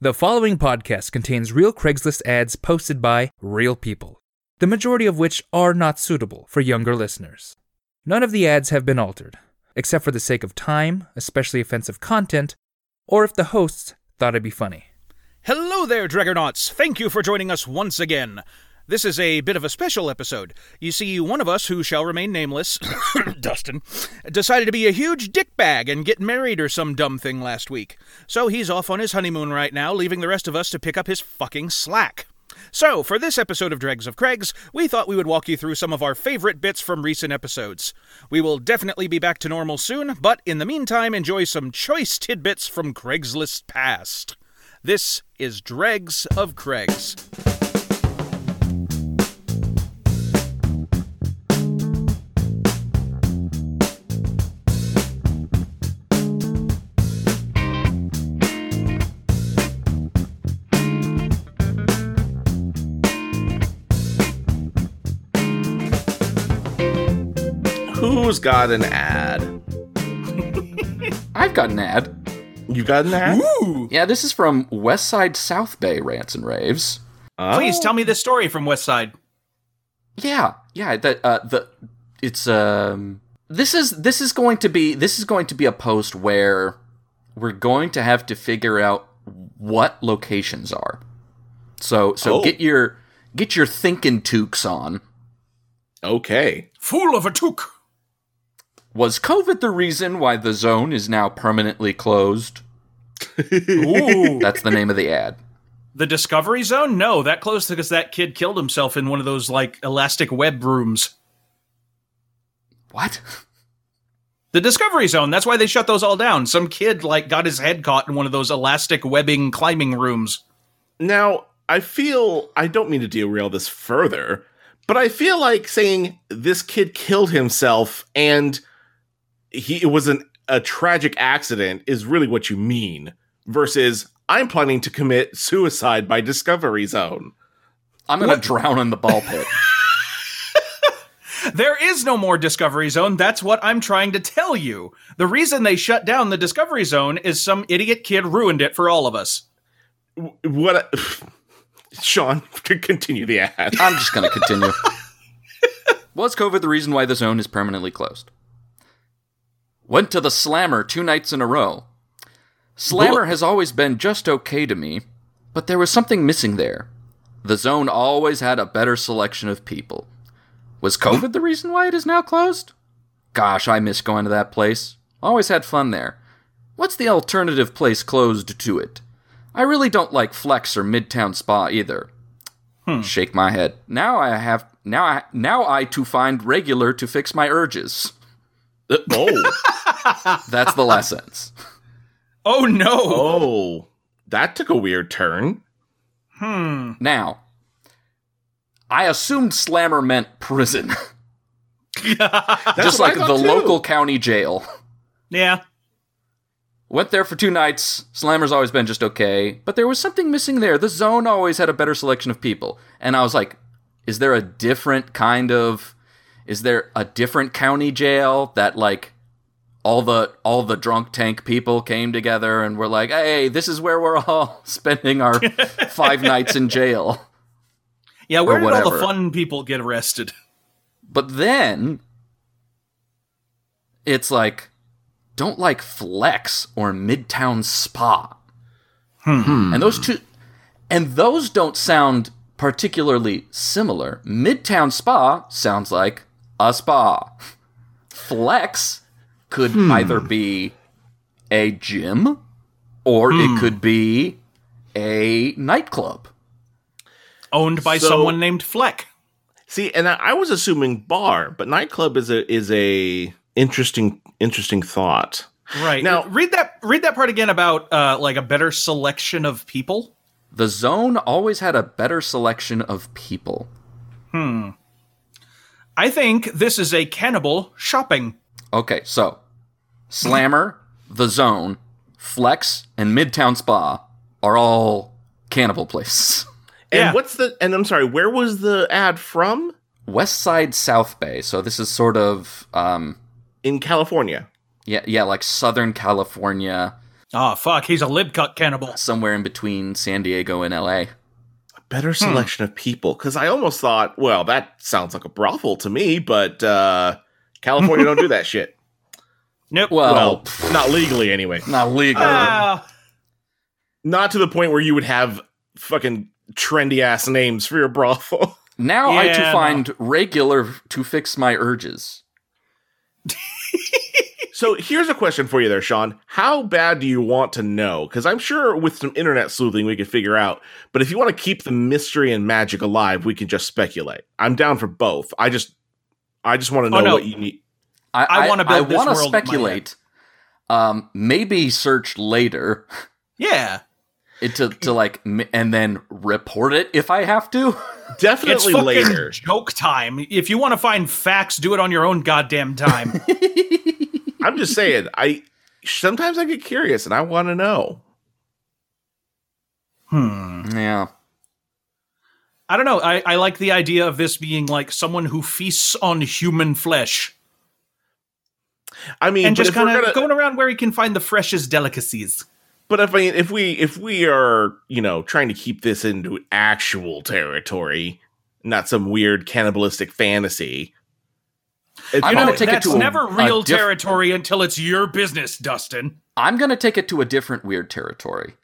The following podcast contains real Craigslist ads posted by real people, the majority of which are not suitable for younger listeners. None of the ads have been altered, except for the sake of time, especially offensive content, or if the hosts thought it'd be funny. Hello there, Dragonauts! Thank you for joining us once again. This is a bit of a special episode. You see, one of us, who shall remain nameless, Dustin, decided to be a huge dickbag and get married or some dumb thing last week. So he's off on his honeymoon right now, leaving the rest of us to pick up his fucking slack. So, for this episode of Dregs of Craigs, we thought we would walk you through some of our favorite bits from recent episodes. We will definitely be back to normal soon, but in the meantime, enjoy some choice tidbits from Craigslist's past. This is Dregs of Craigs. Who's got an ad? I've got an ad. You got an ad? Yeah, this is from Westside South Bay Rants and Raves. Oh. Please tell me the story from West Side. Yeah, yeah. That uh, the it's um this is this is going to be this is going to be a post where we're going to have to figure out what locations are. So so Oh. get your get your thinking toques on. Okay. Fool of a took. Was COVID the reason why the zone is now permanently closed? Ooh. That's the name of the ad. the Discovery Zone? No, that closed because that kid killed himself in one of those like elastic web rooms. What? The Discovery Zone. That's why they shut those all down. Some kid like got his head caught in one of those elastic webbing climbing rooms. Now, I feel I don't mean to derail this further, but I feel like saying this kid killed himself and he it was an a tragic accident is really what you mean versus I'm planning to commit suicide by Discovery Zone. I'm gonna drown in the ball pit. There is no more Discovery Zone. That's what I'm trying to tell you. The reason they shut down the Discovery Zone is some idiot kid ruined it for all of us. W- What a- Sean, continue the ad. I'm just going to continue. Was COVID the reason why the zone is permanently closed? Went to the Slammer two nights in a row. Slammer has always been just okay to me, but there was something missing there. The zone always had a better selection of people. Was COVID the reason why it is now closed? Gosh, I miss going to that place. Always had fun there. What's the alternative place closed to it? I really don't like Flex or Midtown Spa either Hmm. shake my head. Now I have now I now I to find regular to fix my urges. oh. That's the last sentence. Oh no. Oh. That took a weird turn. Hmm. Now, I assumed Slammer meant prison, Oh. That's just what like I the thought too. local county jail. yeah. Went there for two nights. Slammer's always been just okay, but there was something missing there. The zone always had a better selection of people, and I was like, "Is there a different kind of? Is there a different county jail that like all the all the drunk tank people came together and were like, "Hey, this is where we're all spending our five nights in jail." Yeah, where did all the whatever. fun people get arrested? But then it's like, don't like Flex or Midtown Spa. Hmm. And those two, and those don't sound particularly similar. Midtown Spa sounds like a spa. Flex could either be a gym or it could be a nightclub. Owned by So- someone named Fleck. See, and I, I was assuming bar, but nightclub is a is a interesting interesting thought. Right. Now- Now read that read that part again about uh like a better selection of people. The zone always had a better selection of people. I think this is a cannibal shopping. Okay, so Slammer, The Zone, Flex, and Midtown Spa are all cannibal places. And Yeah. what's the and I'm sorry, where was the ad from? West Side South Bay, so this is sort of um In California. yeah, yeah, like Southern California. Oh, fuck. He's a libcut cannibal. somewhere in between San Diego and LA. Better selection of people because I almost thought, well, that sounds like a brothel to me, but uh, California don't do that shit. Nope. Well, Well, uh, not legally anyway. not legal. Ah, Not to the point where you would have fucking trendy ass names for your brothel. now I to yeah, find regular to fix my urges. So here's a question for you there, Sean. How bad do you want to know? Because I'm sure with some internet sleuthing we could figure out. But if you want to keep the mystery and magic alive, we can just speculate. I'm down for both. I just I just want to know Oh, no. what you need. I, I wanna build this wanna world in my head. speculate. Um, maybe search later yeah. it to, to like m- and then report it if I have to. It's Definitely fucking later. joke time. If you want to find facts, do it on your own goddamn time. I'm just saying, I sometimes I get curious and I want to know. hmm. yeah. I don't know. I, I like the idea of this being like someone who feasts on human flesh I mean, and but just if we're kind of gonna- going around where he can find the freshest delicacies. But if I if we if we are you know trying to keep this into actual territory, not some weird cannibalistic fantasy. it's I'm You gonna know, fine. take it that's to a- never a real diff- territory until it's your business, Dustin. I'm gonna take it to a different weird territory.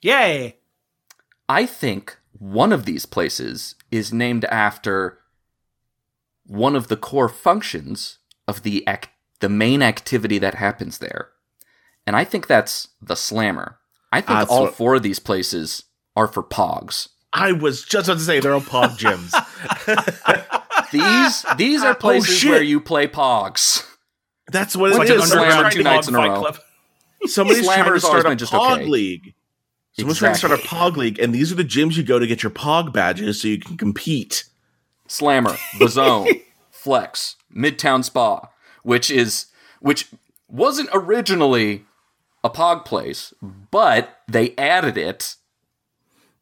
Yay. I think one of these places is named after one of the core functions of the ac- the main activity that happens there. And I think that's the slammer. I think That's all what- four of these places are for pogs. I was just about to say they're all pub gyms. These these are places Oh, shit. where you play pogs. That's what Like it an is. Someone's underground trying two to- nights in a Fight row. Club. Somebody's trying to Slammer's always start a been just pog okay. league. Someone's trying to Exactly. start a pog league, and these are the gyms you go to get your pog badges so you can compete. Slammer, The Zone, Flex, Midtown Spa, which is which wasn't originally a pog place, but they added it.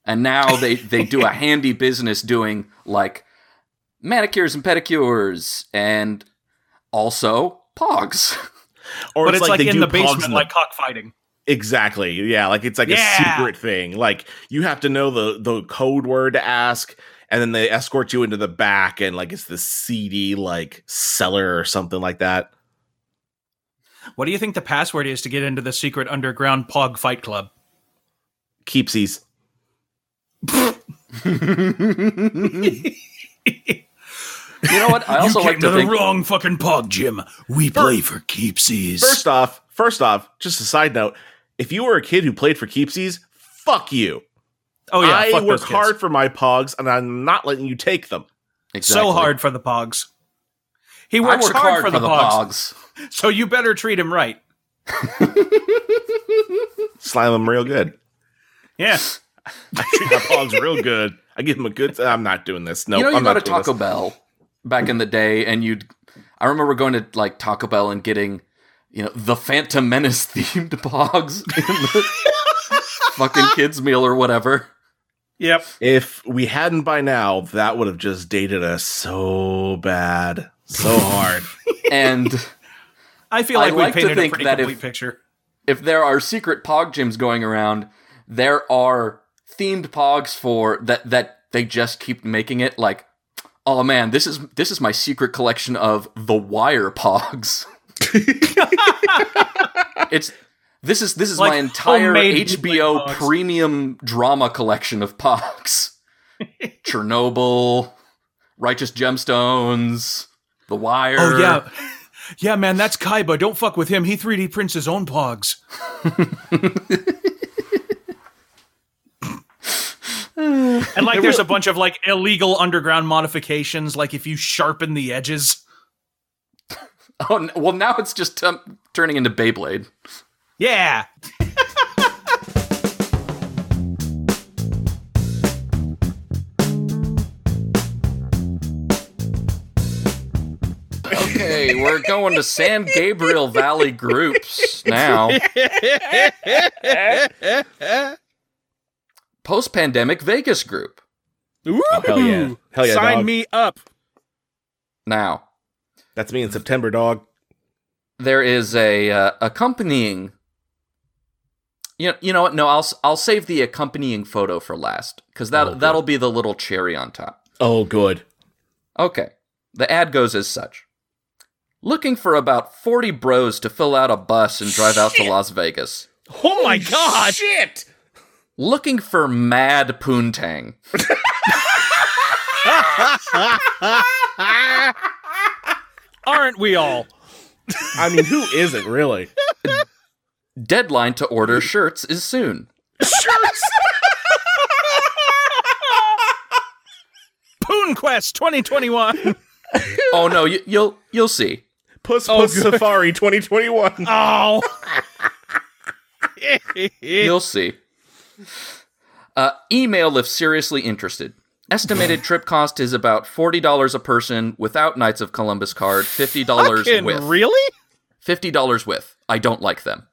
And now they they do a handy business doing like manicures and pedicures and also pogs. Or But it's like, they in do the pogs basement, like cockfighting. Exactly. Yeah, like it's like Yeah. a secret thing. Like you have to know the the code word to ask, and then they escort you into the back, and like it's this seedy like cellar or something like that. What do you think the password is to get into the secret underground pog fight club? Keepsies. You know what? I also like to think wrong fucking pog gym. We play for keepsies. First off, first off, just a side note: if you were a kid who played for keepsies, fuck you. oh yeah, I fuck work those kids. hard for my pogs, and I'm not letting you take them. Exactly. So hard for the pogs. He I works work hard, for, the, pogs, pogs. so you better treat him right. Slime them real good. Yeah. I treat my pogs real good. I give them a good. I'm not doing this. No, you know, you I'm go to not doing this. Taco Bell back in the day, and you'd. I remember going to like Taco Bell and getting, you know, the Phantom Menace themed pogs in the fucking kids meal or whatever. Yep. If we hadn't by now, that would have just dated us so bad, so hard. And I feel I like, like to we painted a think pretty that complete if- picture. if there are secret pog gyms going around, there are themed pogs for that that they just keep making it like. Oh man, this is this is my secret collection of the wire pogs. it's this is this is Like my entire homemade bootleg HBO pogs. premium drama collection of pogs. Chernobyl, Righteous Gemstones, The Wire. Oh yeah. Yeah, man, that's Kaiba. Don't fuck with him. He 3D prints his own pogs. and like there's a bunch of like illegal underground modifications, like if you sharpen the edges. Oh, n- well now it's just um, turning into Beyblade. Yeah. Okay, we're going to San Gabriel Valley groups now. Post pandemic Vegas group Woo! Oh, hell yeah. Hell yeah, Sign dog. me up. now. That's me in September, dog. there is a uh, accompanying You know, you know what? No, I'll s- I'll save the accompanying photo for last because that that'll be the little cherry on top. Oh, good. Okay. The ad goes as such. Looking for about 40 bros to fill out a bus and drive out to Las Vegas. Oh my god! Shit! Looking for mad poontang. Aren't we all? I mean, who isn't really? Deadline to order shirts is soon. Poon Quest 2021. Oh no, you, you'll you'll see. Puss Puss Safari 2021. Oh. You'll see. Uh, email if seriously interested. Estimated trip cost is about forty dollars a person without Knights of Columbus card. Fifty dollars Fucking with. really? Fifty dollars with. I don't like them.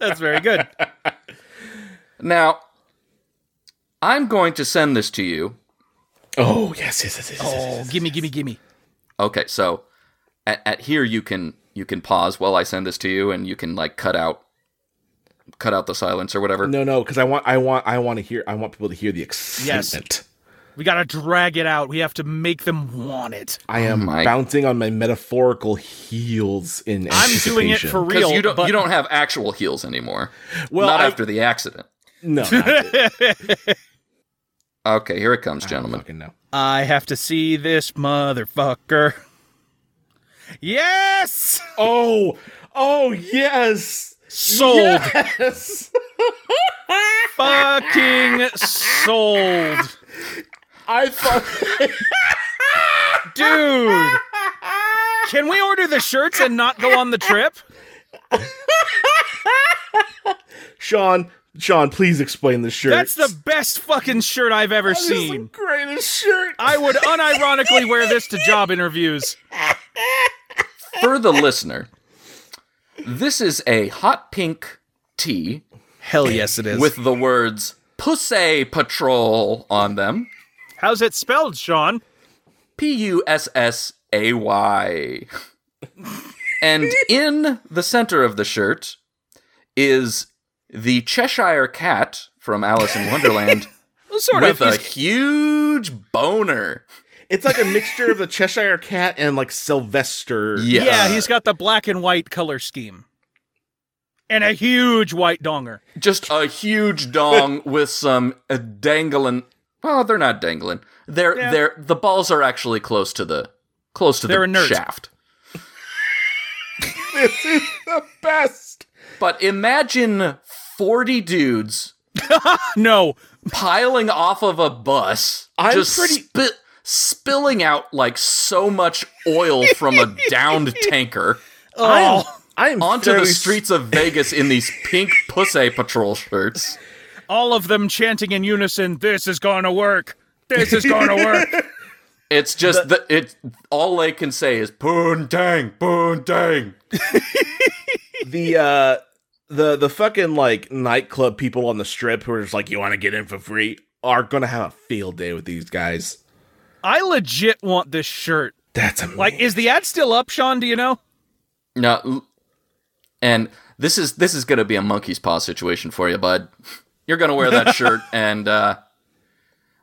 That's very good. Now, I'm going to send this to you Oh yes, yes, yes, yes. yes, Oh, yes. gimme, gimme, gimme. Okay, so at, at here you can you can pause while I send this to you, and you can like cut out cut out the silence or whatever. No, no, because I want, I want, I want to hear, I want people to hear the excitement. We gotta drag it out. We have to make them want it. I am Oh my- bouncing on my metaphorical heels in I'm doing it anticipation. for real. Because you don't but you don't have actual heels anymore. Well, not I- after the accident. no. I Okay, here it comes, don't gentlemen. fucking know. I have to see this motherfucker. Yes! Oh, oh yes, Sold. yes. Fucking sold. I thought. Dude. Can we order the shirts and not go on the trip? Sean, Sean, please explain the shirt. That's the best fucking shirt I've ever That is the seen. greatest shirt. I would unironically wear this to job interviews. For the listener, this is a hot pink tee Hell yes, it is. with the words "Pussy Patrol" on them. How's it spelled, Sean? P U S S A Y. And in the center of the shirt is the Cheshire Cat from Alice in Wonderland Well, sort with of. a huge boner. It's like a mixture of the Cheshire Cat and like Sylvester. Yeah. Yeah, he's got the black and white color scheme. And a huge white donger. Just a huge dong with some uh, dangling. Well, they're not dangling. They're Yeah. they're the balls are actually close to the close to They're the inert. shaft. this is the best. But imagine 40 dudes No. piling off of a bus, I'm just pretty- spi- spilling out like so much oil from a downed tanker Oh. I am onto fairly the streets of Vegas in these pink Pussy Patrol shirts. All of them chanting in unison, this is gonna work. This is gonna work. It's just the, it. All they can say is "boon dang, boon dang." the uh the the fucking like nightclub people on the strip who are just like you want to get in for free are gonna have a field day with these guys I legit want this shirt. that's amazing Like, is the ad still up, Sean? Do you know? No, l- and this is this is gonna be a monkey's paw situation for you, bud. You're gonna wear that shirt, and uh,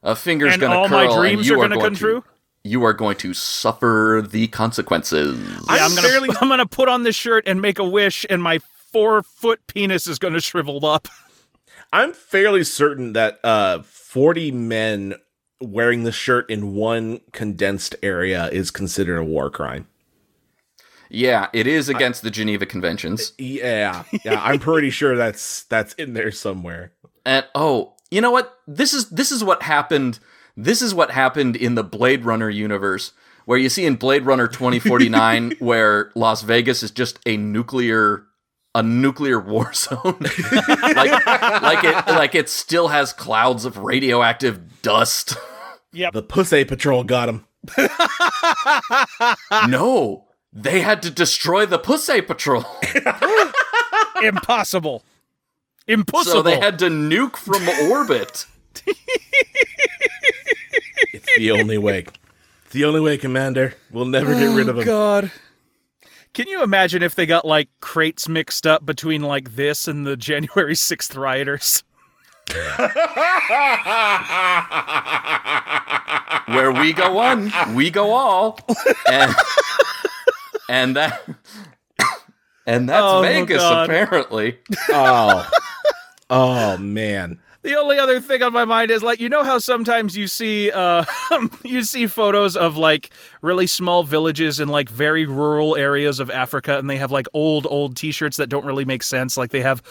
a finger's And gonna all curl, my and dreams you are gonna going come to- true. you are going to suffer the consequences. Yeah, I'm gonna I'm gonna put on this shirt and make a wish, and my four foot penis is gonna shrivel up. i'm fairly certain that uh 40 men wearing the shirt in one condensed area is considered a war crime Yeah, it is against the Geneva Conventions. yeah yeah i'm pretty sure that's that's in there somewhere And oh, you know what? This is this is what happened. This is what happened in the Blade Runner universe, where you see in Blade Runner 2049 where Las Vegas is just a nuclear a nuclear war zone. like like it like it still has clouds of radioactive dust. the pussy patrol got him no. They had to destroy the Pussy Patrol. Impossible. Impossible. So they had to nuke from orbit. Oh, it's the only way it's the only way commander we'll never get rid of him God. Can you imagine if they got like crates mixed up between like this and the January 6th rioters? where we go one, we go all, and, and that and that's Oh, Vegas God. apparently. oh, oh man. The only other thing on my mind is like you know how sometimes you see uh you see photos of like really small villages in like very rural areas of Africa and they have like old old t-shirts that don't really make sense like they have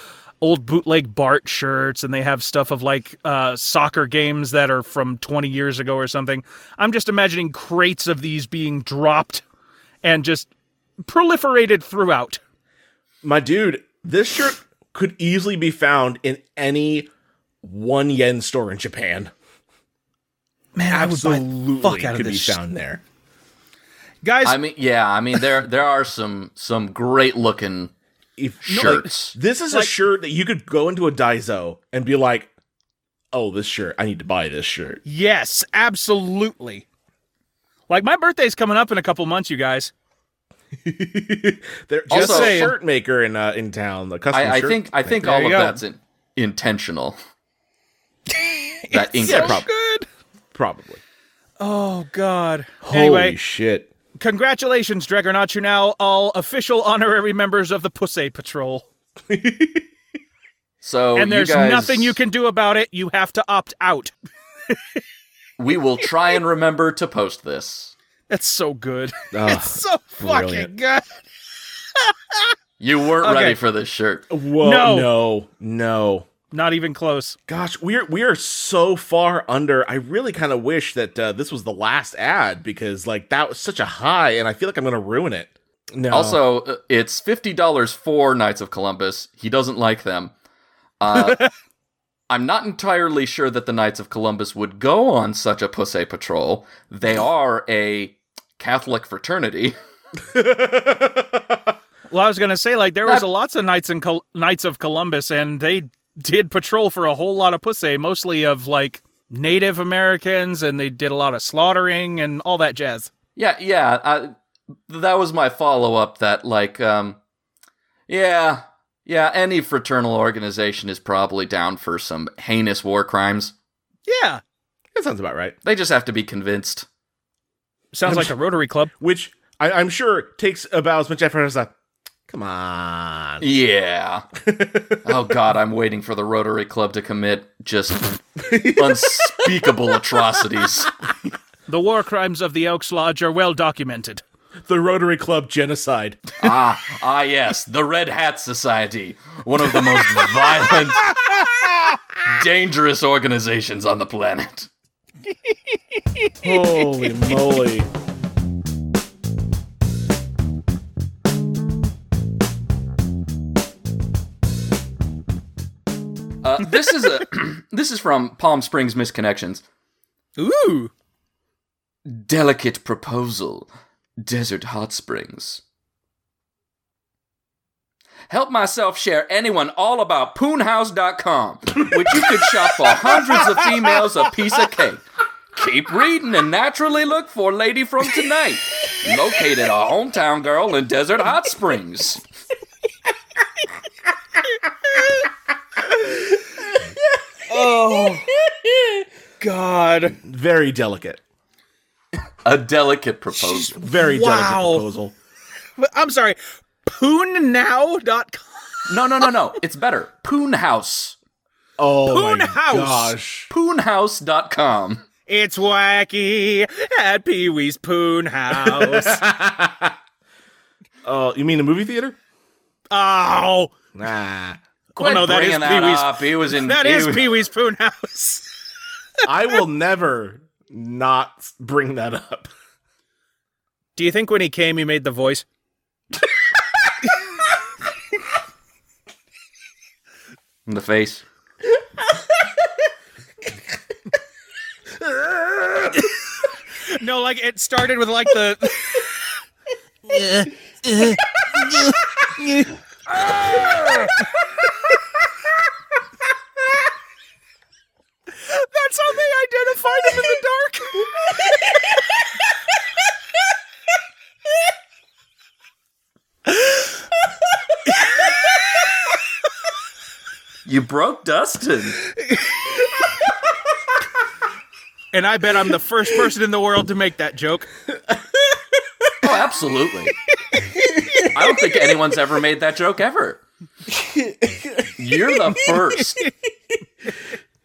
old bootleg Bart shirts and they have stuff of like uh soccer games that are from 20 years ago or something. I'm just imagining crates of these being dropped and just proliferated throughout. My dude, this shirt could easily be found in any one yen store in Japan. Man, Absolutely fuck out of could this be shit. found there. Guys, I mean, yeah, I mean there there are some some great looking. If Shirts. this is a shirt that you could go into a Daiso and be like, "Oh, this shirt, I need to buy this shirt." Yes, absolutely. Like my birthday's coming up in a couple months, you guys. There's just Also- a shirt maker in uh, in town. The custom I, I shirt think I think There all you of go. that's in, intentional. that English. so prob- Good. probably. Oh God. anyway, Holy shit! congratulations, Dregonauts. You're now all official honorary members of the Pussy Patrol. so and there's Oh, you guys, nothing you can do about it. You have to opt out. We will try and remember to post this. That's so good. Ugh, so fucking brilliant. good. You weren't Okay. ready for this shirt. No. Whoa, no, no, no. Not even close. Gosh, we're we are so far under. I really kind of wish that uh, this was the last ad because like that was such a high, and I feel like I'm gonna ruin it. No, Also, uh, it's fifty dollars for Knights of Columbus. He doesn't like them. Uh, I'm not entirely sure that the Knights of Columbus would go on such a pussy patrol. They are a Catholic fraternity. Well, I was gonna say like there was Not- lots of knights and Col- knights of Columbus, and they did patrol for a whole lot of pussy, mostly of like Native Americans, and they did a lot of slaughtering and all that jazz. Yeah, yeah. I, that was my follow up. That like, um, yeah, yeah. Any fraternal organization is probably down for some heinous war crimes. Yeah, that sounds about right. They just have to be convinced. sounds like a Rotary Club. Which I, I'm sure takes about as much effort as a. Come on. Yeah. oh God, I'm waiting for the Rotary Club to commit just unspeakable atrocities. The war crimes of the Elks Lodge are well documented. The Rotary Club genocide. Ah, ah, yes, the Red Hat Society, one of the most violent, dangerous organizations on the planet. Holy moly. Uh, this is a this is from Palm Springs Misconnections. Ooh, Delicate proposal, Desert Hot Springs. Help myself share anyone all about poonhouse.com, which you could shop for hundreds of females a piece of cake. Keep reading and naturally look for Lady from Tonight, located a hometown girl in Desert Hot Springs. God, Very delicate. A delicate proposal. Very Wow. delicate proposal. I'm sorry. Poonnow.com. No, no, no, no. It's better. Poonhouse. Oh my Poonhouse. gosh. Poonhouse.com. It's wacky at Pee Wee's Poon House. Uh, you mean a movie theater? oh, Nah. Quit no, that is bringing that, Pee-wee's- up. He was in. that he is was- Pee Wee's Poon House. I will never not bring that up. Do you think when he came, he made the voice? in the face. No, like it started with like the. That's how they identified him in the dark. You broke Dustin. And I bet I'm the first person in the world to make that joke. Oh, absolutely. I don't think anyone's ever made that joke ever. You're the first.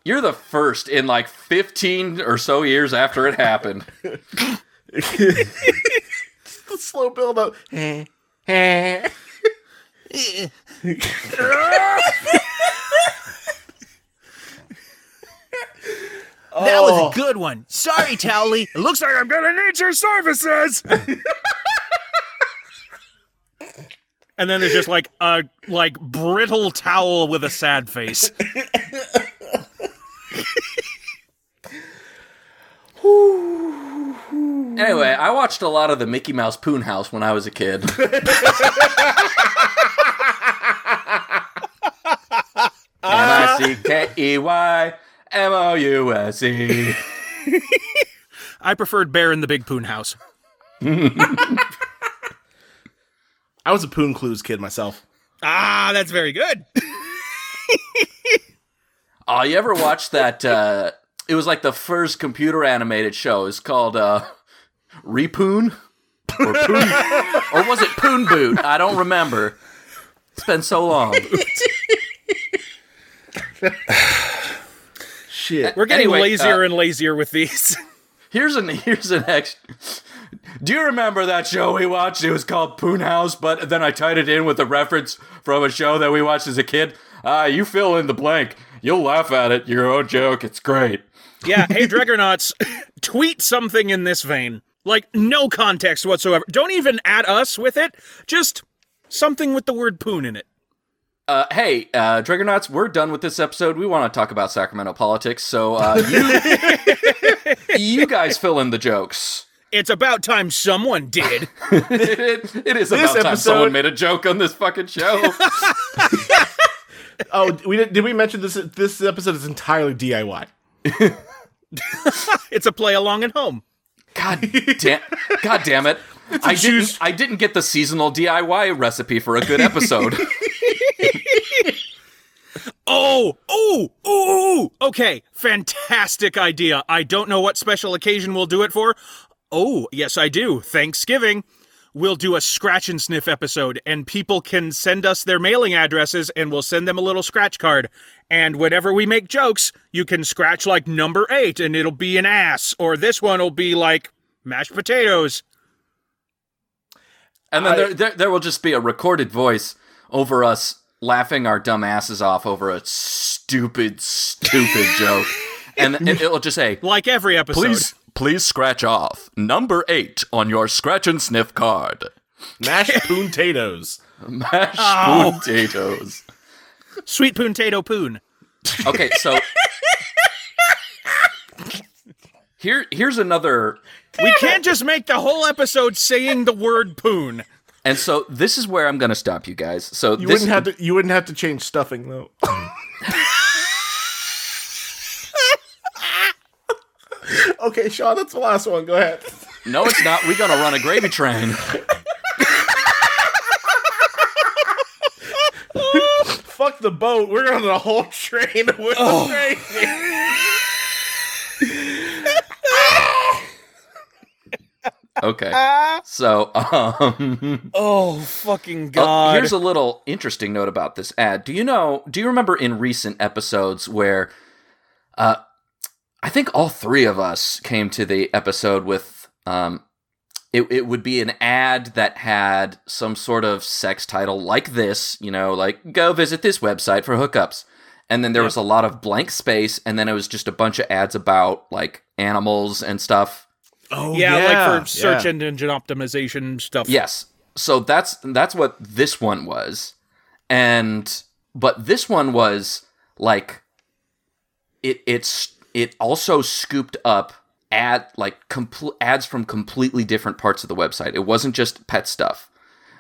You're the first in like 15 or so years after it happened. the slow build up. That Oh. was a good one. Sorry, Towley. It looks like I'm gonna need your services. And then there's just like a like brittle towel with a sad face. Anyway, I watched a lot of the Mickey Mouse Poon House when I was a kid. M I C K E Y M O U S E. I preferred Bear in the Big Poon House. I was a Poon Clues kid myself. ah, that's very good. Oh, you ever watched that? Uh, it was like the first computer animated show. It's called uh, Repoon? Or, Poon? or was it Poon Boot? I don't remember. It's been so long. Shit. We're getting Anyway, lazier uh, and lazier with these. Here's an here's an ex. Do you remember that show we watched? It was called Poon House, but then I tied it in with a reference from a show that we watched as a kid. Ah, you fill in the blank. You'll laugh at it. Your own joke. It's great. yeah, hey Dregonauts, tweet something in this vein. Like no context whatsoever. Don't even add us with it. Just something with the word poon in it. Uh, hey, uh, Dragonauts, we're done with this episode. We want to talk about Sacramento politics, so uh, you you guys fill in the jokes. It's about time someone did. It, it is about time episode- someone made a joke on this fucking show. Oh, we did, did we mention this? This episode is entirely DIY. it's a play along at home. God damn! God damn it! I juice. didn't. I didn't get the seasonal DIY recipe for a good episode. Oh, oh, oh, okay. Fantastic idea. I don't know what special occasion we'll do it for. Oh, yes, I do. Thanksgiving. We'll do a scratch and sniff episode, and people can send us their mailing addresses, and we'll send them a little scratch card. And whenever we make jokes, you can scratch like number eight, and it'll be an ass, or this one will be like mashed potatoes. And then I- there, there, there will just be a recorded voice over us laughing our dumb asses off over a stupid, stupid joke. And it, it'll just say, Like every episode. please, please scratch off number eight on your scratch and sniff card. Mashed Poon Tatoes. Mashed Ah. potatoes. Sweet poon tato poon. Okay, so here, here's another We can't just make the whole episode saying the word poon. And so this is where I'm going to stop you guys. So You this wouldn't have to. You wouldn't have to change stuffing though. okay, Sean, that's the last one. Go ahead. No, it's not. We're going to run a gravy train. Fuck the boat. We're on the whole train. We're crazy. Okay. So, um Oh fucking Uh, god! here's a little interesting note about this ad. Do you know? Do you remember in recent episodes where, uh, I think all three of us came to the episode with um, it it would be an ad that had some sort of sex title like this. You know, like go visit this website for hookups. And then there was a lot of blank space, and then it was just a bunch of ads about like animals and stuff. Oh yeah, like for search engine optimization stuff. Yes. So that's that's what this one was. And but this one was like it it's it also scooped up ad like compl- ads from completely different parts of the website. It wasn't just pet stuff.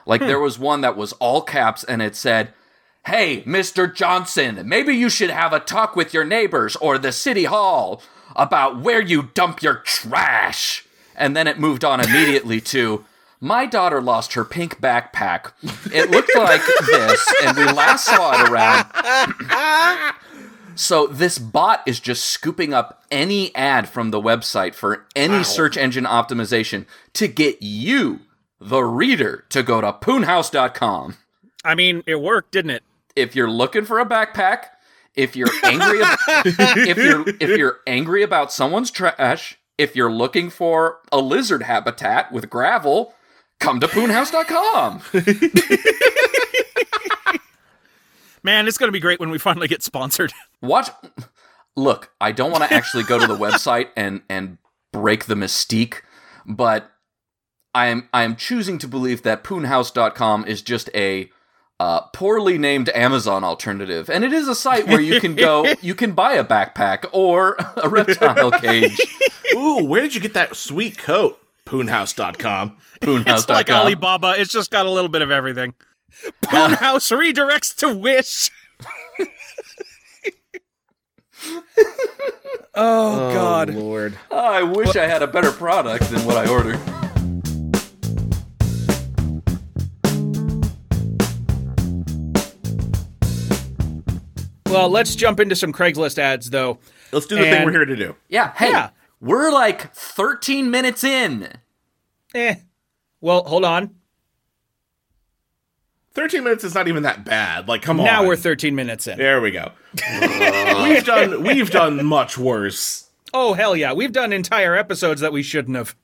Like there was one that was all caps and it said, "Hey, Mr. Johnson, maybe you should have a talk with your neighbors or the city hall about where you dump your trash." And then it moved on immediately to My daughter lost her pink backpack. It looked like this, and we last saw it around. So this bot is just scooping up any ad from the website for any search engine optimization to get you, the reader, to go to poonhouse.com. I mean, it worked, didn't it? If you're looking for a backpack, if you're angry ab- if you're if you're angry about someone's trash, if you're looking for a lizard habitat with gravel, come to poonhouse.com. Man, it's going to be great when we finally get sponsored. Watch. Look, I don't want to actually go to the website and and break the mystique, but I am I am choosing to believe that poonhouse.com is just a uh, poorly named Amazon alternative, and it is a site where you can go, you can buy a backpack or a reptile cage. Ooh, where did you get that sweet coat? Poonhouse.com. Poonhouse.com. It's like Alibaba. It's just got a little bit of everything. Poon House redirects to Wish. oh, God. Lord. I wish I had a better product than what I ordered. Well, let's jump into some Craigslist ads, though. Let's do the thing And- we're here to do. Yeah. Hey, Yeah. we're like 13 minutes in. Eh. Well, hold on. 13 minutes is not even that bad. Like, come on. Now we're 13 minutes in. There we go. we've done we've done much worse. Oh, hell yeah. We've done entire episodes that we shouldn't have.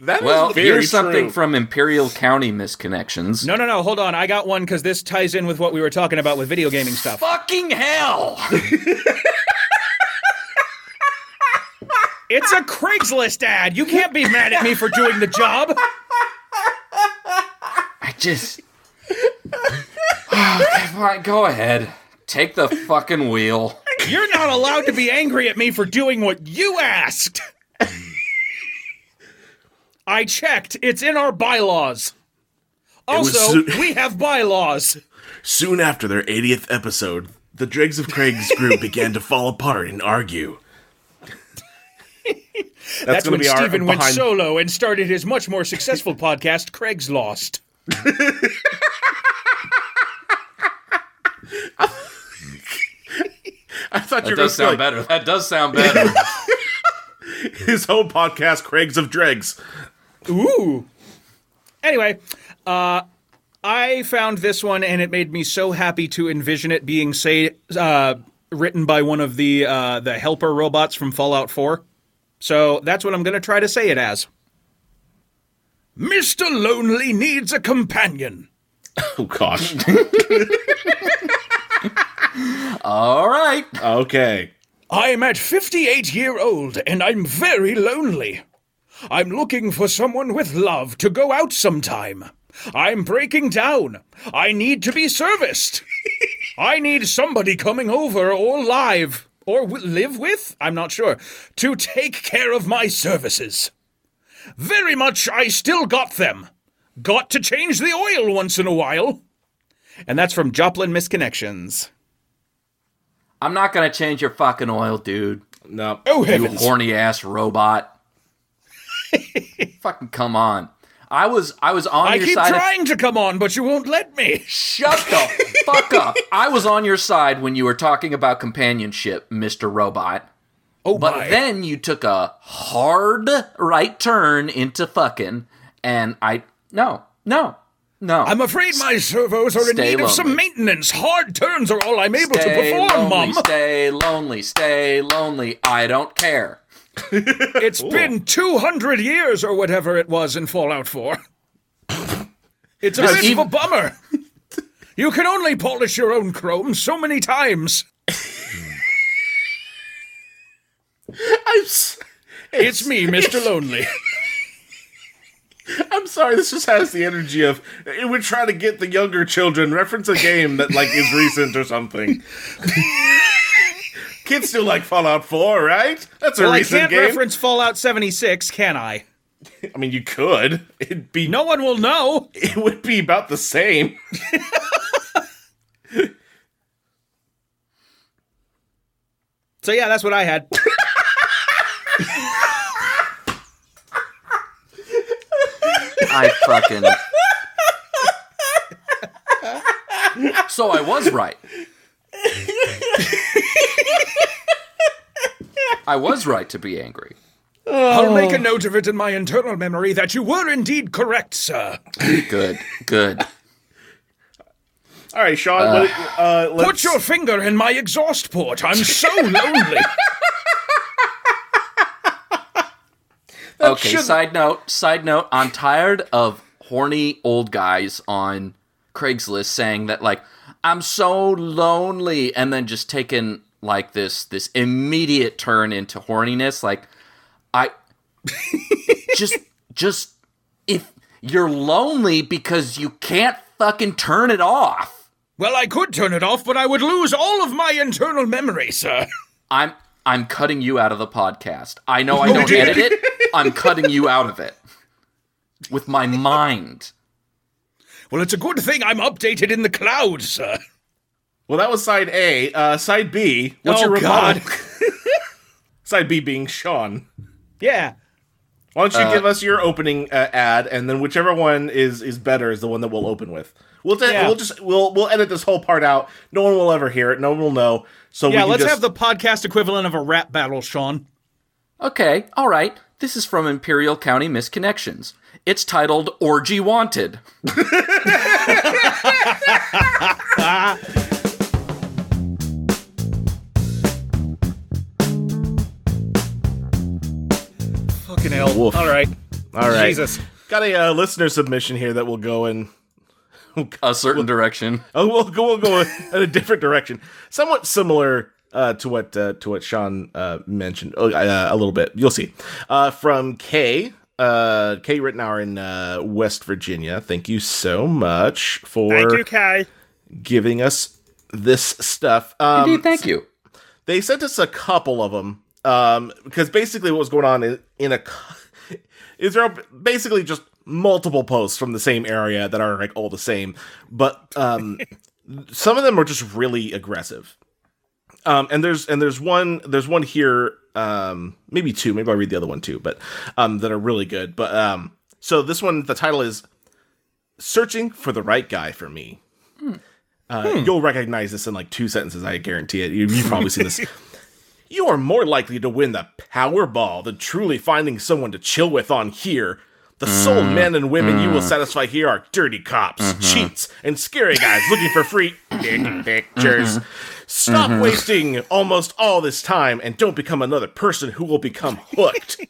That is Well, very here's something true. from Imperial County misconnections. No, no, no. Hold on. I got one because this ties in with what we were talking about with video gaming stuff. Fucking hell! It's a Craigslist ad. You can't be mad at me for doing the job. I just. okay, fine, go ahead. Take the fucking wheel. You're not allowed to be angry at me for doing what you asked. I checked. It's in our bylaws. was Also, su- we have bylaws. Soon after their 80th episode, the dregs of Craig's group began to fall apart and argue. That's, That's gonna when be our Steven went behind- solo and started his much more successful podcast, Craig's Lost. I thought you That were does sound like, sound better. That does sound better. his whole podcast, Craig's of Dregs. Ooh. Anyway, uh, I found this one and it made me so happy to envision it being say uh, written by one of the uh, the helper robots from Fallout 4. So that's what I'm going to try to say it as. Mr. Lonely needs a companion. Oh gosh. All right. okay. I'm at 58 year old and I'm very lonely. I'm looking for someone with love to go out sometime. I'm breaking down. I need to be serviced. I need somebody coming over or live or w- live with, I'm not sure, to take care of my services. Very much I still got them. Got to change the oil once in a while. And that's from Joplin Misconnections. I'm not gonna change your fucking oil, dude. No. Oh, You heavens. horny ass robot. fucking come on. I was I was on I your keep side. of- trying to come on, but you won't let me. Shut the fuck up. I was on your side when you were talking about companionship, Mr. Robot. Oh, But my. then you took a hard right turn into fucking, and I no no no. I'm afraid my servos are in Stay need of some lonely. maintenance. Hard turns are all I'm able stay to perform, lonely, Mum. stay lonely, stay lonely. I don't care. It's been 200 years or whatever it was in Fallout 4. It's a bit even- of a bummer. You can only polish your own chrome so many times. I'm, s- It's me, Mr. Lonely. I'm sorry. This just has the energy of eh, we're trying to get the younger children reference a game that like is recent or something. Kids still like Fallout 4, right? That's a Well, I recent can't game. reference Fallout 76, can I? I mean, you could. It'd be No one will know. It would be about the same. So, yeah, that's what I had. I fucking. so I was right. I was right to be angry. I'll make a Oh. note of it in my internal memory that you were indeed correct, sir. Good, good. All right, Sean. let, uh, let's, Put your finger in my exhaust port. I'm so lonely. Okay, side note, side note, I'm tired of horny old guys on Craigslist saying that like I'm so lonely and then just taking like this this immediate turn into horniness like I just just if you're lonely because you can't fucking turn it off. well, I could turn it off, but I would lose all of my internal memory, sir. I'm I'm cutting you out of the podcast. I know I don't edit it. I'm cutting you out of it with my mind. Well, it's a good thing I'm updated in the cloud, sir. well, that was side A. Uh, side B. What's Oh, your rebuttal? God. side B being Sean. Yeah. Why don't you give us your opening uh, ad, and then whichever one is is better is the one that we'll open with. We'll ta- Yeah. we'll just we'll we'll edit this whole part out. No one will ever hear it. No one will know. So we Yeah, can let's just- have the podcast equivalent of a rap battle, Sean. Okay, all right. This is from Imperial County Misconnections. It's titled Orgy Wanted. Fucking hell. Woof. All right. all right. Jesus. Got a uh, listener submission here that will go in. A certain direction. Oh, we'll go we'll go in a different direction, somewhat similar uh, to what uh, to what Sean uh, mentioned uh, uh, a little bit. You'll see uh, from Kay. Uh, Kay Rittenauer in uh, West Virginia. Thank you so much for Kai. giving us this stuff. Um, Indeed, thank you. they sent us a couple of them um, because basically what was going on in, in a co- is there are basically just multiple posts from the same area that are like all the same but um, some of them are just really aggressive um, and there's and there's one there's one here um, maybe two maybe I'll read the other one too but um, that are really good but um, so this one the title is searching for the right guy for me uh, You'll recognize this in like two sentences, I guarantee it. You, you've probably seen this. You are more likely to win the Powerball than truly finding someone to chill with on here. The sole men and women you will satisfy here are dirty cops, cheats, and scary guys looking for free dick pictures. Stop wasting almost all this time and don't become another person who will become hooked.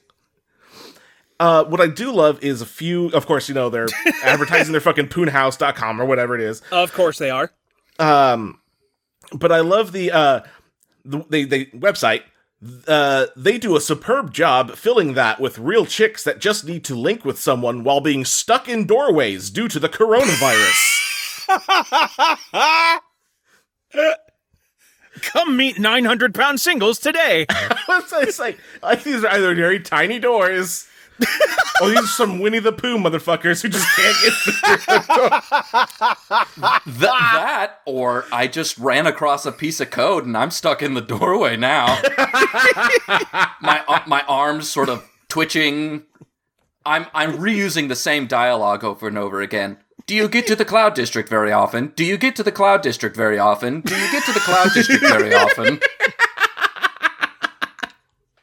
Uh, what I do love is a few, of course, you know, they're advertising their fucking poonhouse.com or whatever it is Of course they are. but I love the uh the they, they website. Uh, they do a superb job filling that with real chicks that just need to link with someone while being stuck in doorways due to the coronavirus. Come meet 900 pound singles today. it's like, like these are either very tiny doors, or these are some Winnie the Pooh motherfuckers who just can't get through. Th- that, or I just ran across a piece of code and I'm stuck in the doorway now. my a- my arms sort of twitching. I'm I'm reusing the same dialogue over and over again. Do you get to the cloud district very often? Do you get to the cloud district very often? Do you get to the cloud district very often?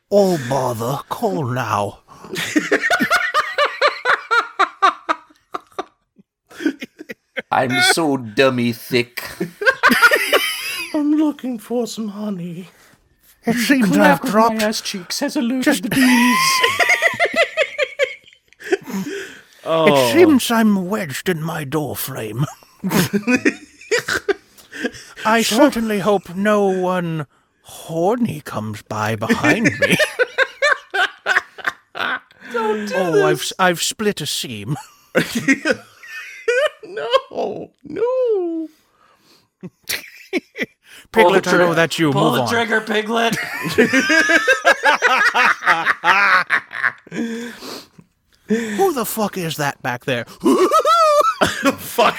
Oh, bother, call now. I'm so dummy thick. I'm looking for some honey. It seems I've dropped. ass cheeks has eluded Just- the bees. It seems I'm wedged in my door frame. I certainly hope no one horny comes by behind me. oh, I've I've split a seam. No, Oh, no. Piglet, I know that's you. Move Pull the on. trigger, piglet. Who the fuck is that back there? Fuck.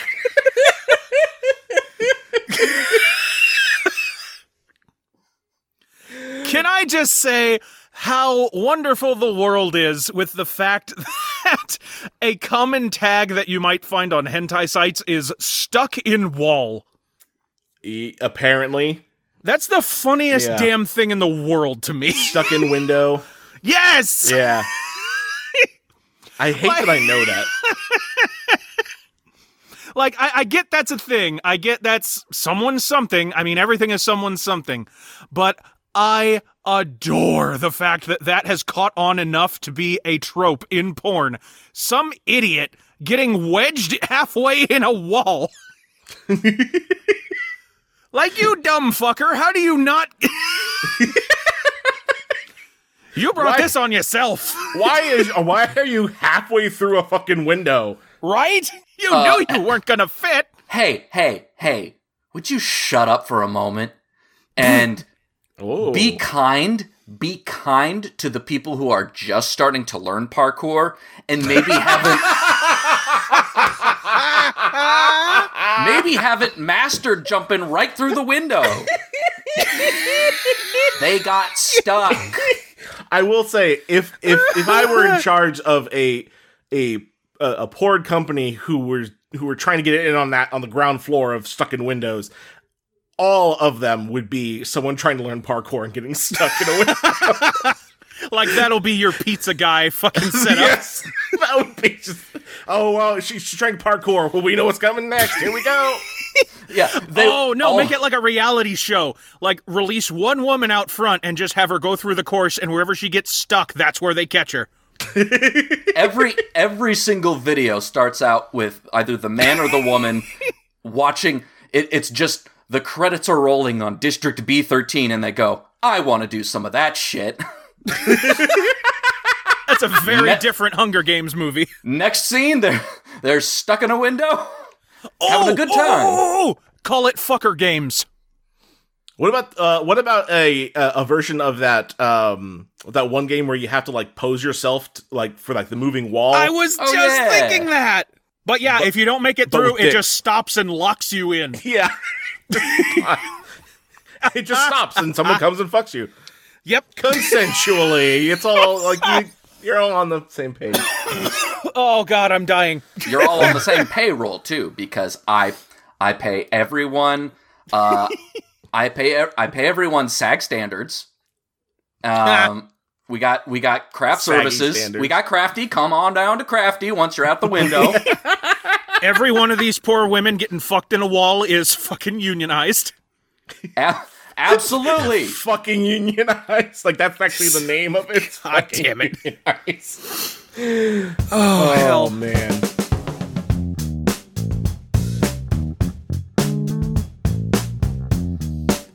Can I just say how wonderful the world is with the fact that a common tag that you might find on hentai sites is stuck in wall. E- apparently, That's the funniest Yeah. damn thing in the world to me. stuck in window. yes. Yeah. I hate that I know that. Like I, I get that's a thing. I get that's someone's something. I mean, everything is someone's something. But I adore the fact that that has caught on enough to be a trope in porn. Some idiot getting wedged halfway in a wall. like you dumb fucker, how do you not You brought Why- this on yourself, Why is why are you halfway through a fucking window? right? You Uh, knew you weren't going to fit. Hey, hey, hey, would you shut up for a moment and Oh. be kind? Be kind to the people who are just starting to learn parkour and maybe haven't maybe haven't mastered jumping right through the window. they got stuck. I will say if if if I were in charge of a a a, a porn company who were who were trying to get in on that on the ground floor of stuck in windows, all of them would be someone trying to learn parkour and getting stuck in a window. Like that'll be your pizza guy fucking setup. yes, that would be just. Oh well, she, she's trying parkour. Well, we know what's coming next. Here we go. Yeah. They, oh no, make it like a reality show. Like release one woman out front and just have her go through the course and wherever she gets stuck, that's where they catch her. every every single video starts out with either the man or the woman watching it, it's just the credits are rolling on district b13 and they go i want to do some of that shit That's a very Net- different Hunger Games movie. next scene they're they're stuck in a window having a good Oh, time oh, oh, oh. Call it fucker games. What about uh, what about a a version of that um that one game where you have to like pose yourself t- like for like the moving wall? I was Oh, just yeah. thinking that. But yeah, if you don't make it but through, with it dick. just stops and locks you in. yeah. it just stops and someone comes and fucks you Yep. consensually. It's all like you, you're all on the same page. Oh god, I'm dying. you're all on the same payroll too because i i pay everyone uh i pay ev- i pay everyone sag standards um we got we got craft Saggy services standards. we got crafty come on down to crafty once you're out the window Every one of these poor women getting fucked in a wall is fucking unionized. A- absolutely Fucking unionized. Like that's actually the name of it. God damn it. Unionized. Oh, hell. man.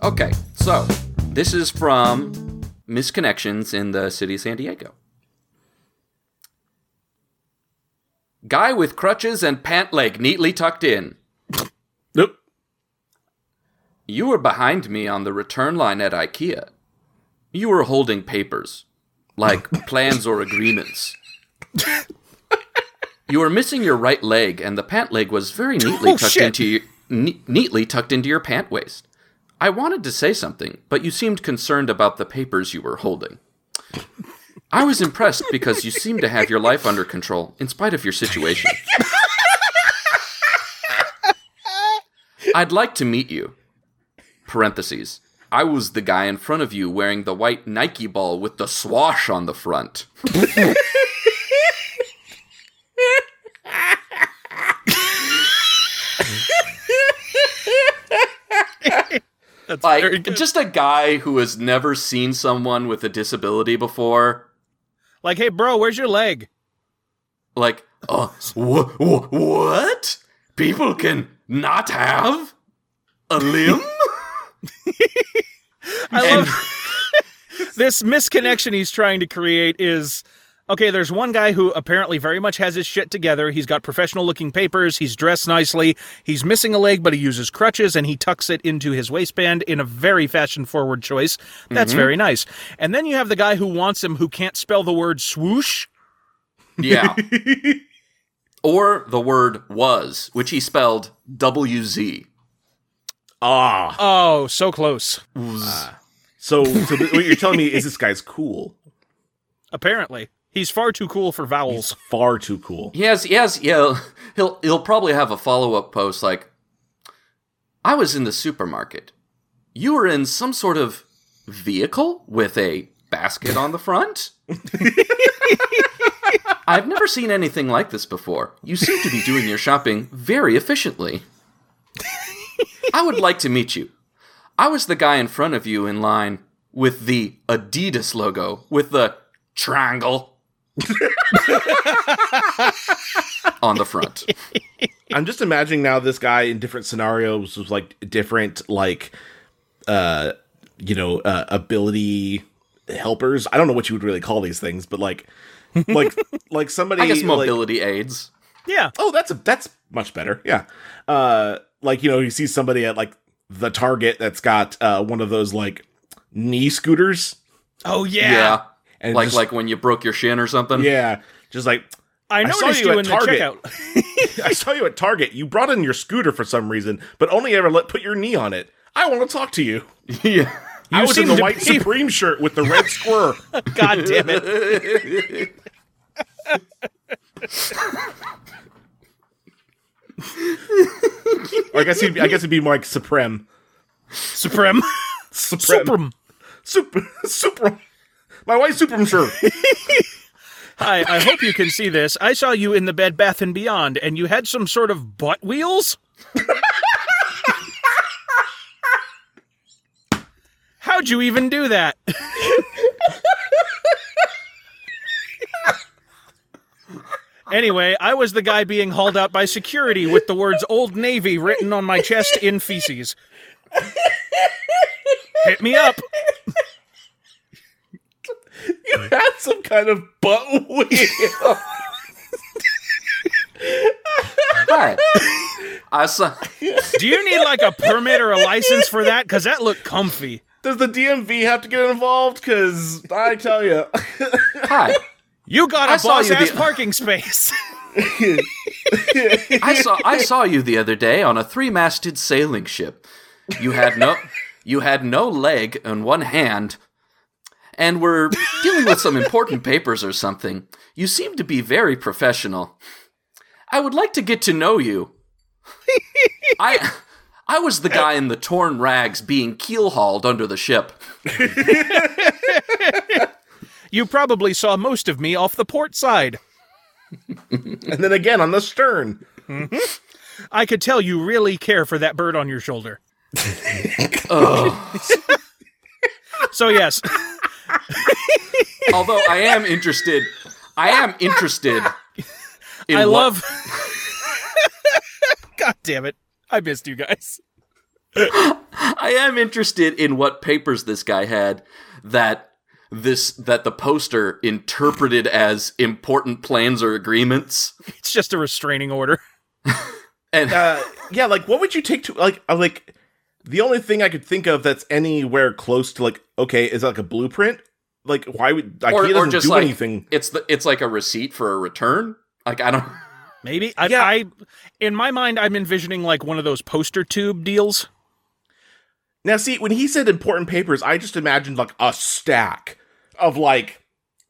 okay so this is from misconnections in the city of san diego guy with crutches and pant leg neatly tucked in Nope. You were behind me on the return line at IKEA. You were holding papers, like plans or agreements. you were missing your right leg, and the pant leg was very neatly tucked shit. into your, ne- neatly tucked into your pant waist. I wanted to say something, but you seemed concerned about the papers you were holding. I was impressed because you seemed to have your life under control in spite of your situation. I'd like to meet you. Parentheses. I was the guy in front of you wearing the white Nike ball with the swash on the front. That's Like very good. just a guy who has never seen someone with a disability before. Like, hey bro, where's your leg? Like, oh, wh- wh- what? People can not have a limb? I love this misconnection he's trying to create is okay, there's one guy who apparently very much has his shit together. He's got professional looking papers, he's dressed nicely, he's missing a leg, but he uses crutches and he tucks it into his waistband in a very fashion forward choice. That's very nice. And then you have the guy who wants him who can't spell the word swoosh. yeah. Or the word was, which he spelled W Z. Ah. Oh, so close. So, so th- what you're telling me is this guy's cool. Apparently. He's far too cool for vowels. Far too cool. He has, he has, yeah. He'll, he'll probably have a follow up post like, "I was in the supermarket. You were in some sort of vehicle with a basket on the front. I've never seen anything like this before. You seem to be doing your shopping very efficiently. I would like to meet you. I was the guy in front of you in line with the Adidas logo with the triangle." on the front. I'm just imagining now this guy in different scenarios with like different like uh you know uh, ability helpers. I don't know what you would really call these things, but like like like somebody I guess like- mobility aids. Yeah. oh, that's a that's much better. Yeah. Uh like you know, you see somebody at like the Target that's got uh one of those like knee scooters Oh Yeah. and Like just- like when you broke your shin or something. yeah, just like I I saw noticed you you, in at the Target. checkout. I saw you at Target. You brought in your scooter for some reason, but only ever let put your knee on it. I want to talk to you. yeah. I was in seem the to white be- Supreme shirt with the red square. God damn it. Or I guess he'd, I guess it'd be more like Supreme. Supreme. Supreme. Super. Super. My white Supreme shirt. Hi, I hope you can see this. I saw you in the Bed Bath and Beyond, and you had some sort of butt wheels. How'd you even do that? anyway, I was the guy being hauled out by security with the words Old Navy written on my chest in feces. Hit me up. you had some kind of butt wheel. Hi. I saw Do you need like a permit or a license for that? Because that looked comfy. Does the DMV have to get involved? Because I tell you, Hi. You got a I saw boss you ass the- parking space. I saw I saw you the other day on a three-masted sailing ship. You had no you had no leg and one hand and were dealing with some important papers or something. You seem to be very professional. I would like to get to know you. I I was the guy in the torn rags being keel hauled under the ship. you probably saw most of me off the port side. and then again on the stern. I could tell you really care for that bird on your shoulder. so yes, Although I am interested, I am interested. In I what- love. God damn it! I missed you guys. I am interested in what papers this guy had that this that the poster interpreted as important plans or agreements. It's just a restraining order. And Uh, yeah, like what would you take to like? I like the only thing I could think of that's anywhere close to like okay is like a blueprint. Like why would like Or- he or doesn't just do like- anything? it's the it's like a receipt for a return. Like I don't Maybe I, Yeah. I, in my mind, I'm envisioning like one of those poster tube deals. Now, see, when he said important papers, I just imagined like a stack of like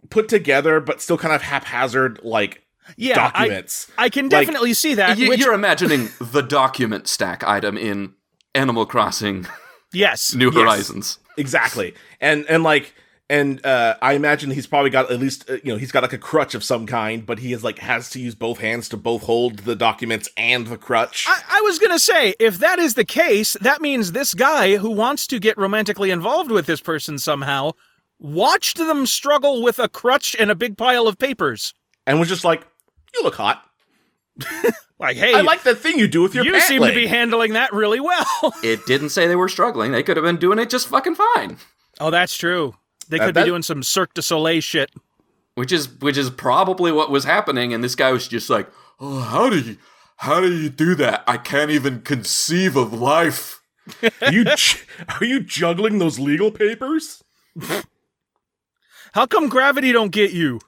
put together but still kind of haphazard like Yeah, I, documents. I can Like, definitely see that. you, Uh, which- you're imagining the document stack item in Animal Crossing yes, New Yes. Horizons. exactly, and and like and uh, I imagine he's probably got at least uh, you know he's got like a crutch of some kind, but he is like has to use both hands to both hold the documents and the crutch. I, I was gonna say, if that is the case, that means this guy who wants to get romantically involved with this person somehow watched them struggle with a crutch and a big pile of papers. and was just like, "You look hot. Like, hey, I like that thing you do with your you pant seem leg." to be handling that really well. It didn't say they were struggling. They could have been doing it just fucking fine. oh, that's true. They Uh, could that- be doing some Cirque du Soleil shit. which is which is probably what was happening and this guy was just like oh how do you how do you do that i can't even conceive of life are you ju- are you juggling those legal papers? How come gravity don't get you?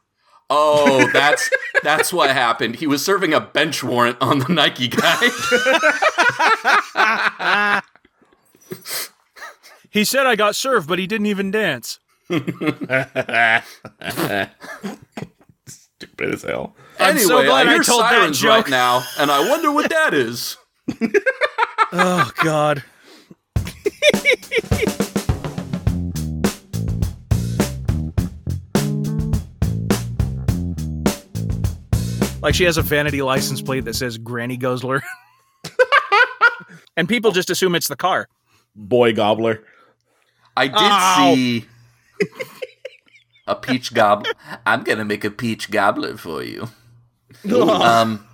oh that's that's what happened he was serving a bench warrant on the nike guy He said I got served, but he didn't even dance. Stupid as hell. anyway, so glad I I hear told that sirens joke. right now, and I wonder what that is. Oh God. like she has a vanity license plate that says Granny Guzzler. And people just assume it's the car. Boy gobbler. I did Ow. see a peach gobbler. I'm gonna make a peach gobbler for you. um,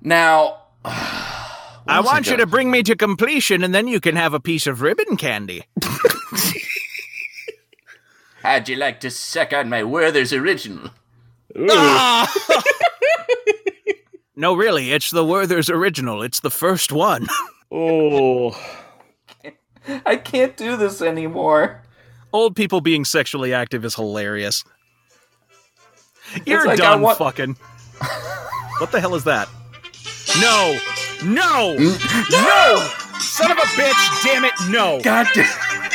now I was I want you to doing? bring me to completion, and then you can have a piece of ribbon candy. How'd you like to suck on my Werther's original? Ooh. No, really, it's the Werther's original. It's the first one. Oh. I can't do this anymore. Old people being sexually active is hilarious. You're like I done want- fucking. what the hell is that? No! No! no, son of a bitch! Damn it, no! God damn.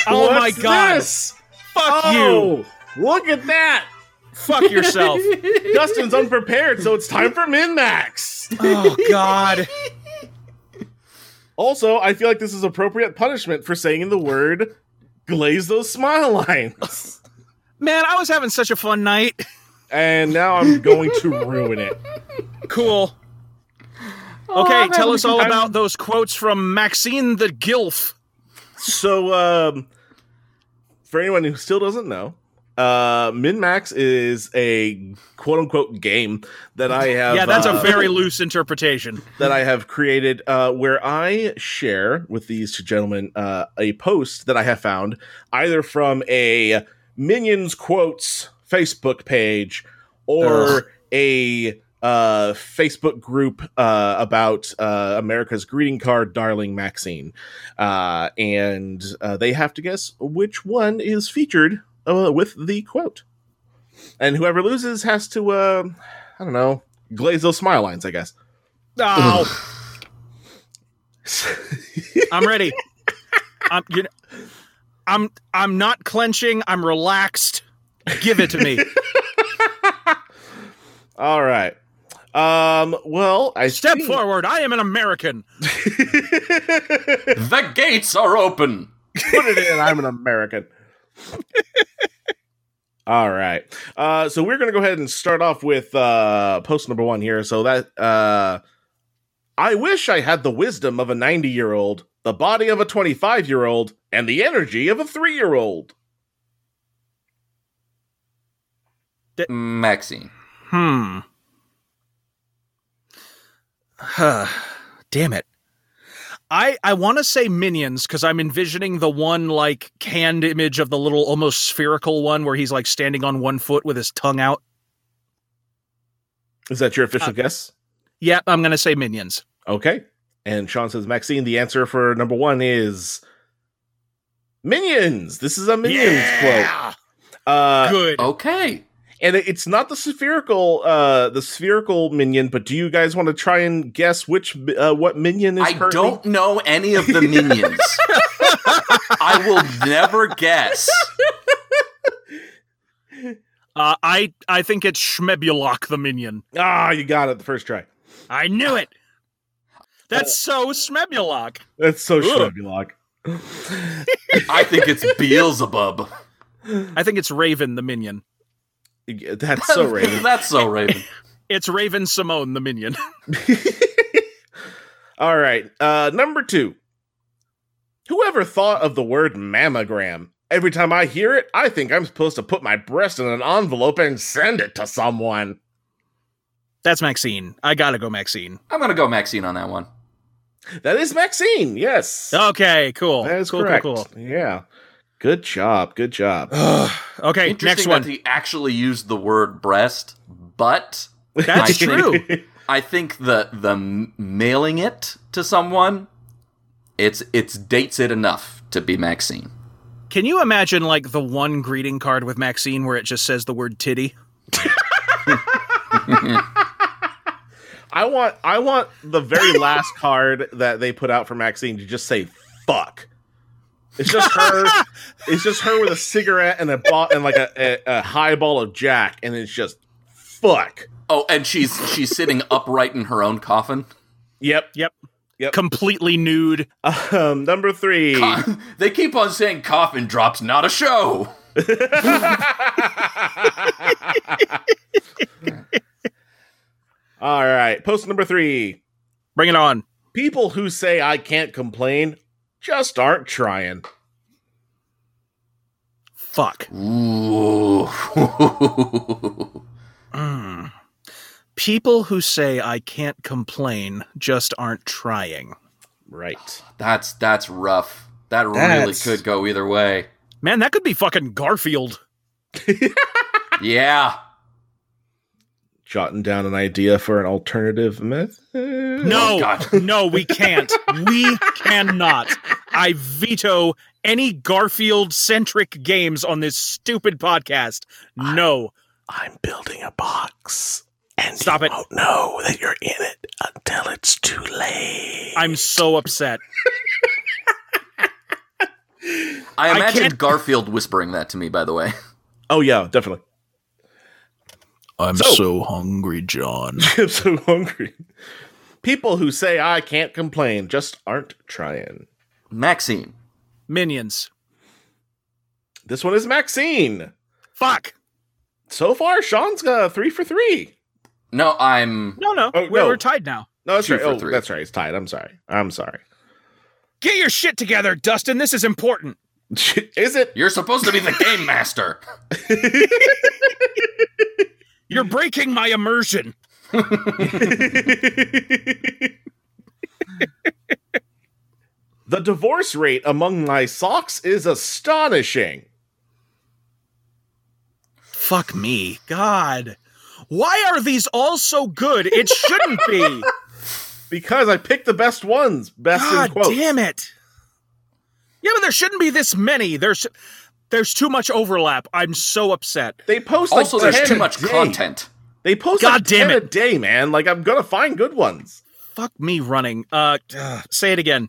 Oh my What's god! this? Fuck you! Oh, look at that. Fuck yourself! Dustin's unprepared, so it's time for min max. oh god. Also, I feel like this is appropriate punishment for saying the word glaze those smile lines. Man, I was having such a fun night. And now I'm going to ruin it. Cool. Okay, I'm tell us all Oh, having- about those quotes from Maxine the Gilf. So, um, for anyone who still doesn't know, uh, Min Max is a quote unquote game that I have. Yeah, that's uh, a very loose interpretation. that I have created, uh, where I share with these two gentlemen uh, a post that I have found either from a Minions Quotes Facebook page or a uh, Facebook group uh, about uh, America's greeting card, Darling Maxine. Uh, and uh, they have to guess which one is featured uh, with the quote. And whoever loses has to, uh, I don't know, glaze those smile lines, I guess. Oh, I'm ready. I'm you know, I'm I'm not clenching. I'm relaxed. Give it to me. All right. Um, well, I Step think- forward. I am an American. The gates are open. Put it in. I'm an American. All right. Uh, so we're gonna go ahead and start off with uh, post number one here. So that uh, I wish I had the wisdom of a 90 year old, the body of a 25 year old, and the energy of a three year old. Maxine. Hmm. Huh. Damn it. I I want to say minions because I'm envisioning the one like canned image of the little almost spherical one where he's like standing on one foot with his tongue out. Is that your official guess? Yep, I'm gonna say minions. Okay. And Sean says, Maxine, the answer for number one is Minions. This is a Minions quote. Uh, Good. Okay. and it- it's not the spherical, uh, the spherical minion. But do you guys want to try and guess which, uh, what minion is? I currently- don't know any of the minions. I will never guess. Uh, I I think it's Schmebulok the minion. Ah, you got it the first try. I knew it. That's so Schmebulok. That's so Ooh. Schmebulok. I think it's Beelzebub. I think it's Raven the minion. That's so Raven. That's so Raven. It's Raven Simone the minion. All right. Uh, number two. Whoever thought of the word mammogram? Every time I hear it, I think I'm supposed to put my breast in an envelope and send it to someone. That's Maxine. I gotta go Maxine. I'm gonna go Maxine on that one. That is Maxine. Yes. Okay, cool. that is Oh, cool, correct. cool, cool. Yeah. Good job. Good job. Okay, next Interesting one. that he actually used the word breast, but That's I think- true. I think the the m- mailing it to someone, it's it's dates it enough to be Maxine. Can you imagine like the one greeting card with Maxine where it just says the word titty? I want I want the very last card that they put out for Maxine to just say fuck. It's just her. it's just her with a cigarette and a ball and like a, a, a high ball of Jack, and it's just fuck. Oh, and she's she's sitting upright in her own coffin. Yep. Yep. Yep. Completely nude. Um, number three. They keep on saying coffin drops, not a show. All right. Post number three. Bring it on. People who say I can't complain just aren't trying. Fuck. Ooh. People who say I can't complain just aren't trying. Right. that's that's rough. That really That's- could go either way. Man, that could be fucking Garfield. Yeah. Jotting down an idea for an alternative method. Oh, No, God. no, we can't. We cannot. I veto any Garfield centric games on this stupid podcast. No. I'm building a box. And Stop you it. won't know that you're in it until it's too late. I'm so upset. I imagined can't- Garfield whispering that to me, by the way. Oh yeah, definitely. I'm So- hungry, John. I'm so hungry. People who say I can't complain just aren't trying. Maxine. Minions. This one is Maxine. Fuck. So far, Sean's got three for three. No, I'm No, no. Oh, we're, no. we're tied now. No, that's Two right. for Oh, three. that's right. It's tied. I'm sorry. I'm sorry. Get your shit together, Dustin. This is important. is it? you're supposed to be the game master. You're breaking my immersion. The divorce rate among my socks is astonishing. Fuck me. God. Why are these all so good? It shouldn't be. Because I picked the best ones. Best in God quotes. damn it. Yeah, but there shouldn't be this many. There's there's too much overlap. I'm so upset. They post like Also, there's 10 too a much day. content. They post God like damn 10 it. a day, man. Like I'm gonna find good ones. Fuck me running. Uh ugh, say it again.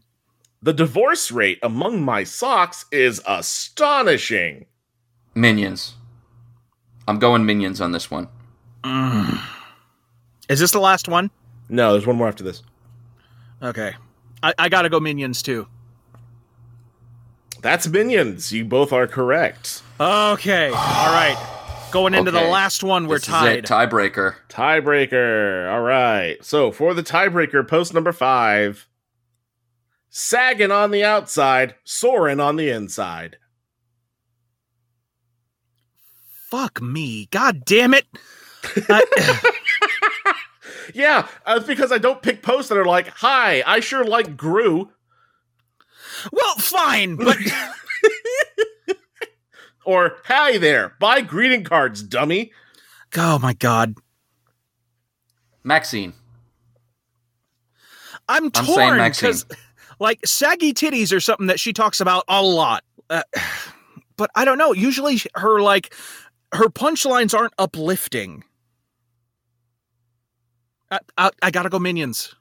The divorce rate among my socks is astonishing. Minions. I'm going minions on this one. Is this the last one? No, there's one more after this. Okay. I, I gotta go minions too. That's minions. You both are correct. Okay. All right. Going into Okay. the last one, we're This is tied. it, tiebreaker. Tiebreaker. All right. So for the tiebreaker, post number five. Sagging on the outside, soaring on the inside. Fuck me. God damn it. Uh, Yeah, uh, it's because I don't pick posts that are like, "Hi, I sure like Gru," Well, fine, but or "Hi there, buy greeting cards, dummy." oh my god. Maxine. I'm I'm saying torn Maxine. because, like, saggy titties are something that she talks about a lot. Uh, but I don't know. Usually, her like her punchlines aren't uplifting. I, I, I gotta go minions.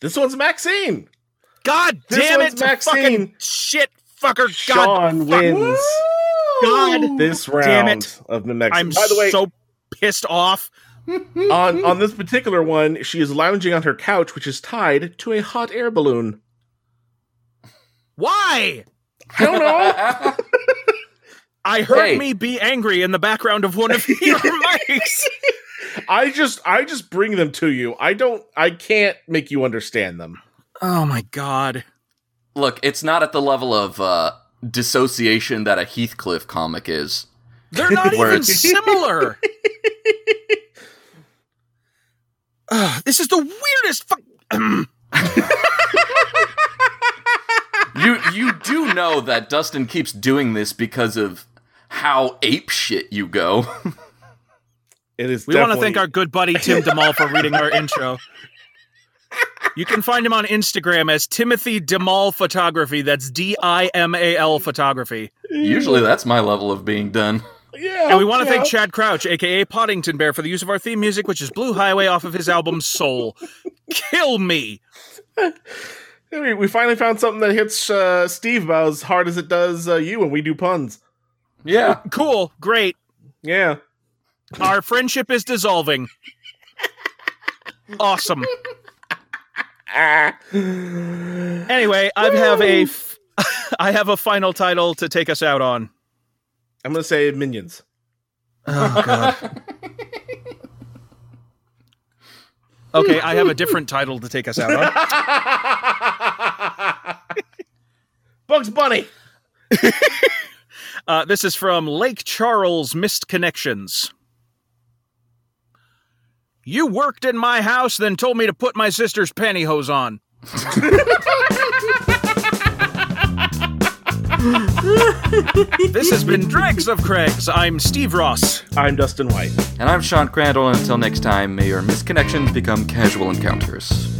This one's Maxine. God This damn one's it, Maxine. Maxine. fucking shit, fucker. God, Sean fuck- wins God, this round Damn it. of Mimex. I'm By the way, so pissed off. on on this particular one, she is lounging on her couch, which is tied to a hot air balloon. Why? I don't know. I heard Hey. me be angry in the background of one of your mics. I just I just bring them to you. I don't I can't make you understand them. Oh my god. Look, it's not at the level of uh, dissociation that a Heathcliff comic is. They're not even Words. similar. Ugh, this is the weirdest. Fuck- You you do know that Dustin keeps doing this because of how ape shit you go. It is we want to thank our good buddy Tim DeMall for reading our intro. You can find him on Instagram as Timothy DeMall Photography. That's D I M A L Photography. Usually that's my level of being done. yeah, And we want to yeah. thank Chad Crouch, aka Poddington Bear, for the use of our theme music, which is Blue Highway off of his album Soul. Kill me. We- we finally found something that hits uh, Steve about as hard as it does uh, you when we do puns. Yeah. Cool. Great. Yeah. Our friendship is dissolving. Awesome. Ah. Anyway, I have a f- I have a final title to take us out on. I'm gonna say minions. Oh god. Okay, I have a different title to take us out on. Bugs Bunny. Uh, this is from Lake Charles Missed Connections. You worked in my house, then told me to put my sister's pantyhose on. this has been Dregs of Craigs. I'm Steve Ross. I'm Dustin White. And I'm Sean Crandall, and until next time, may your misconnections become casual encounters.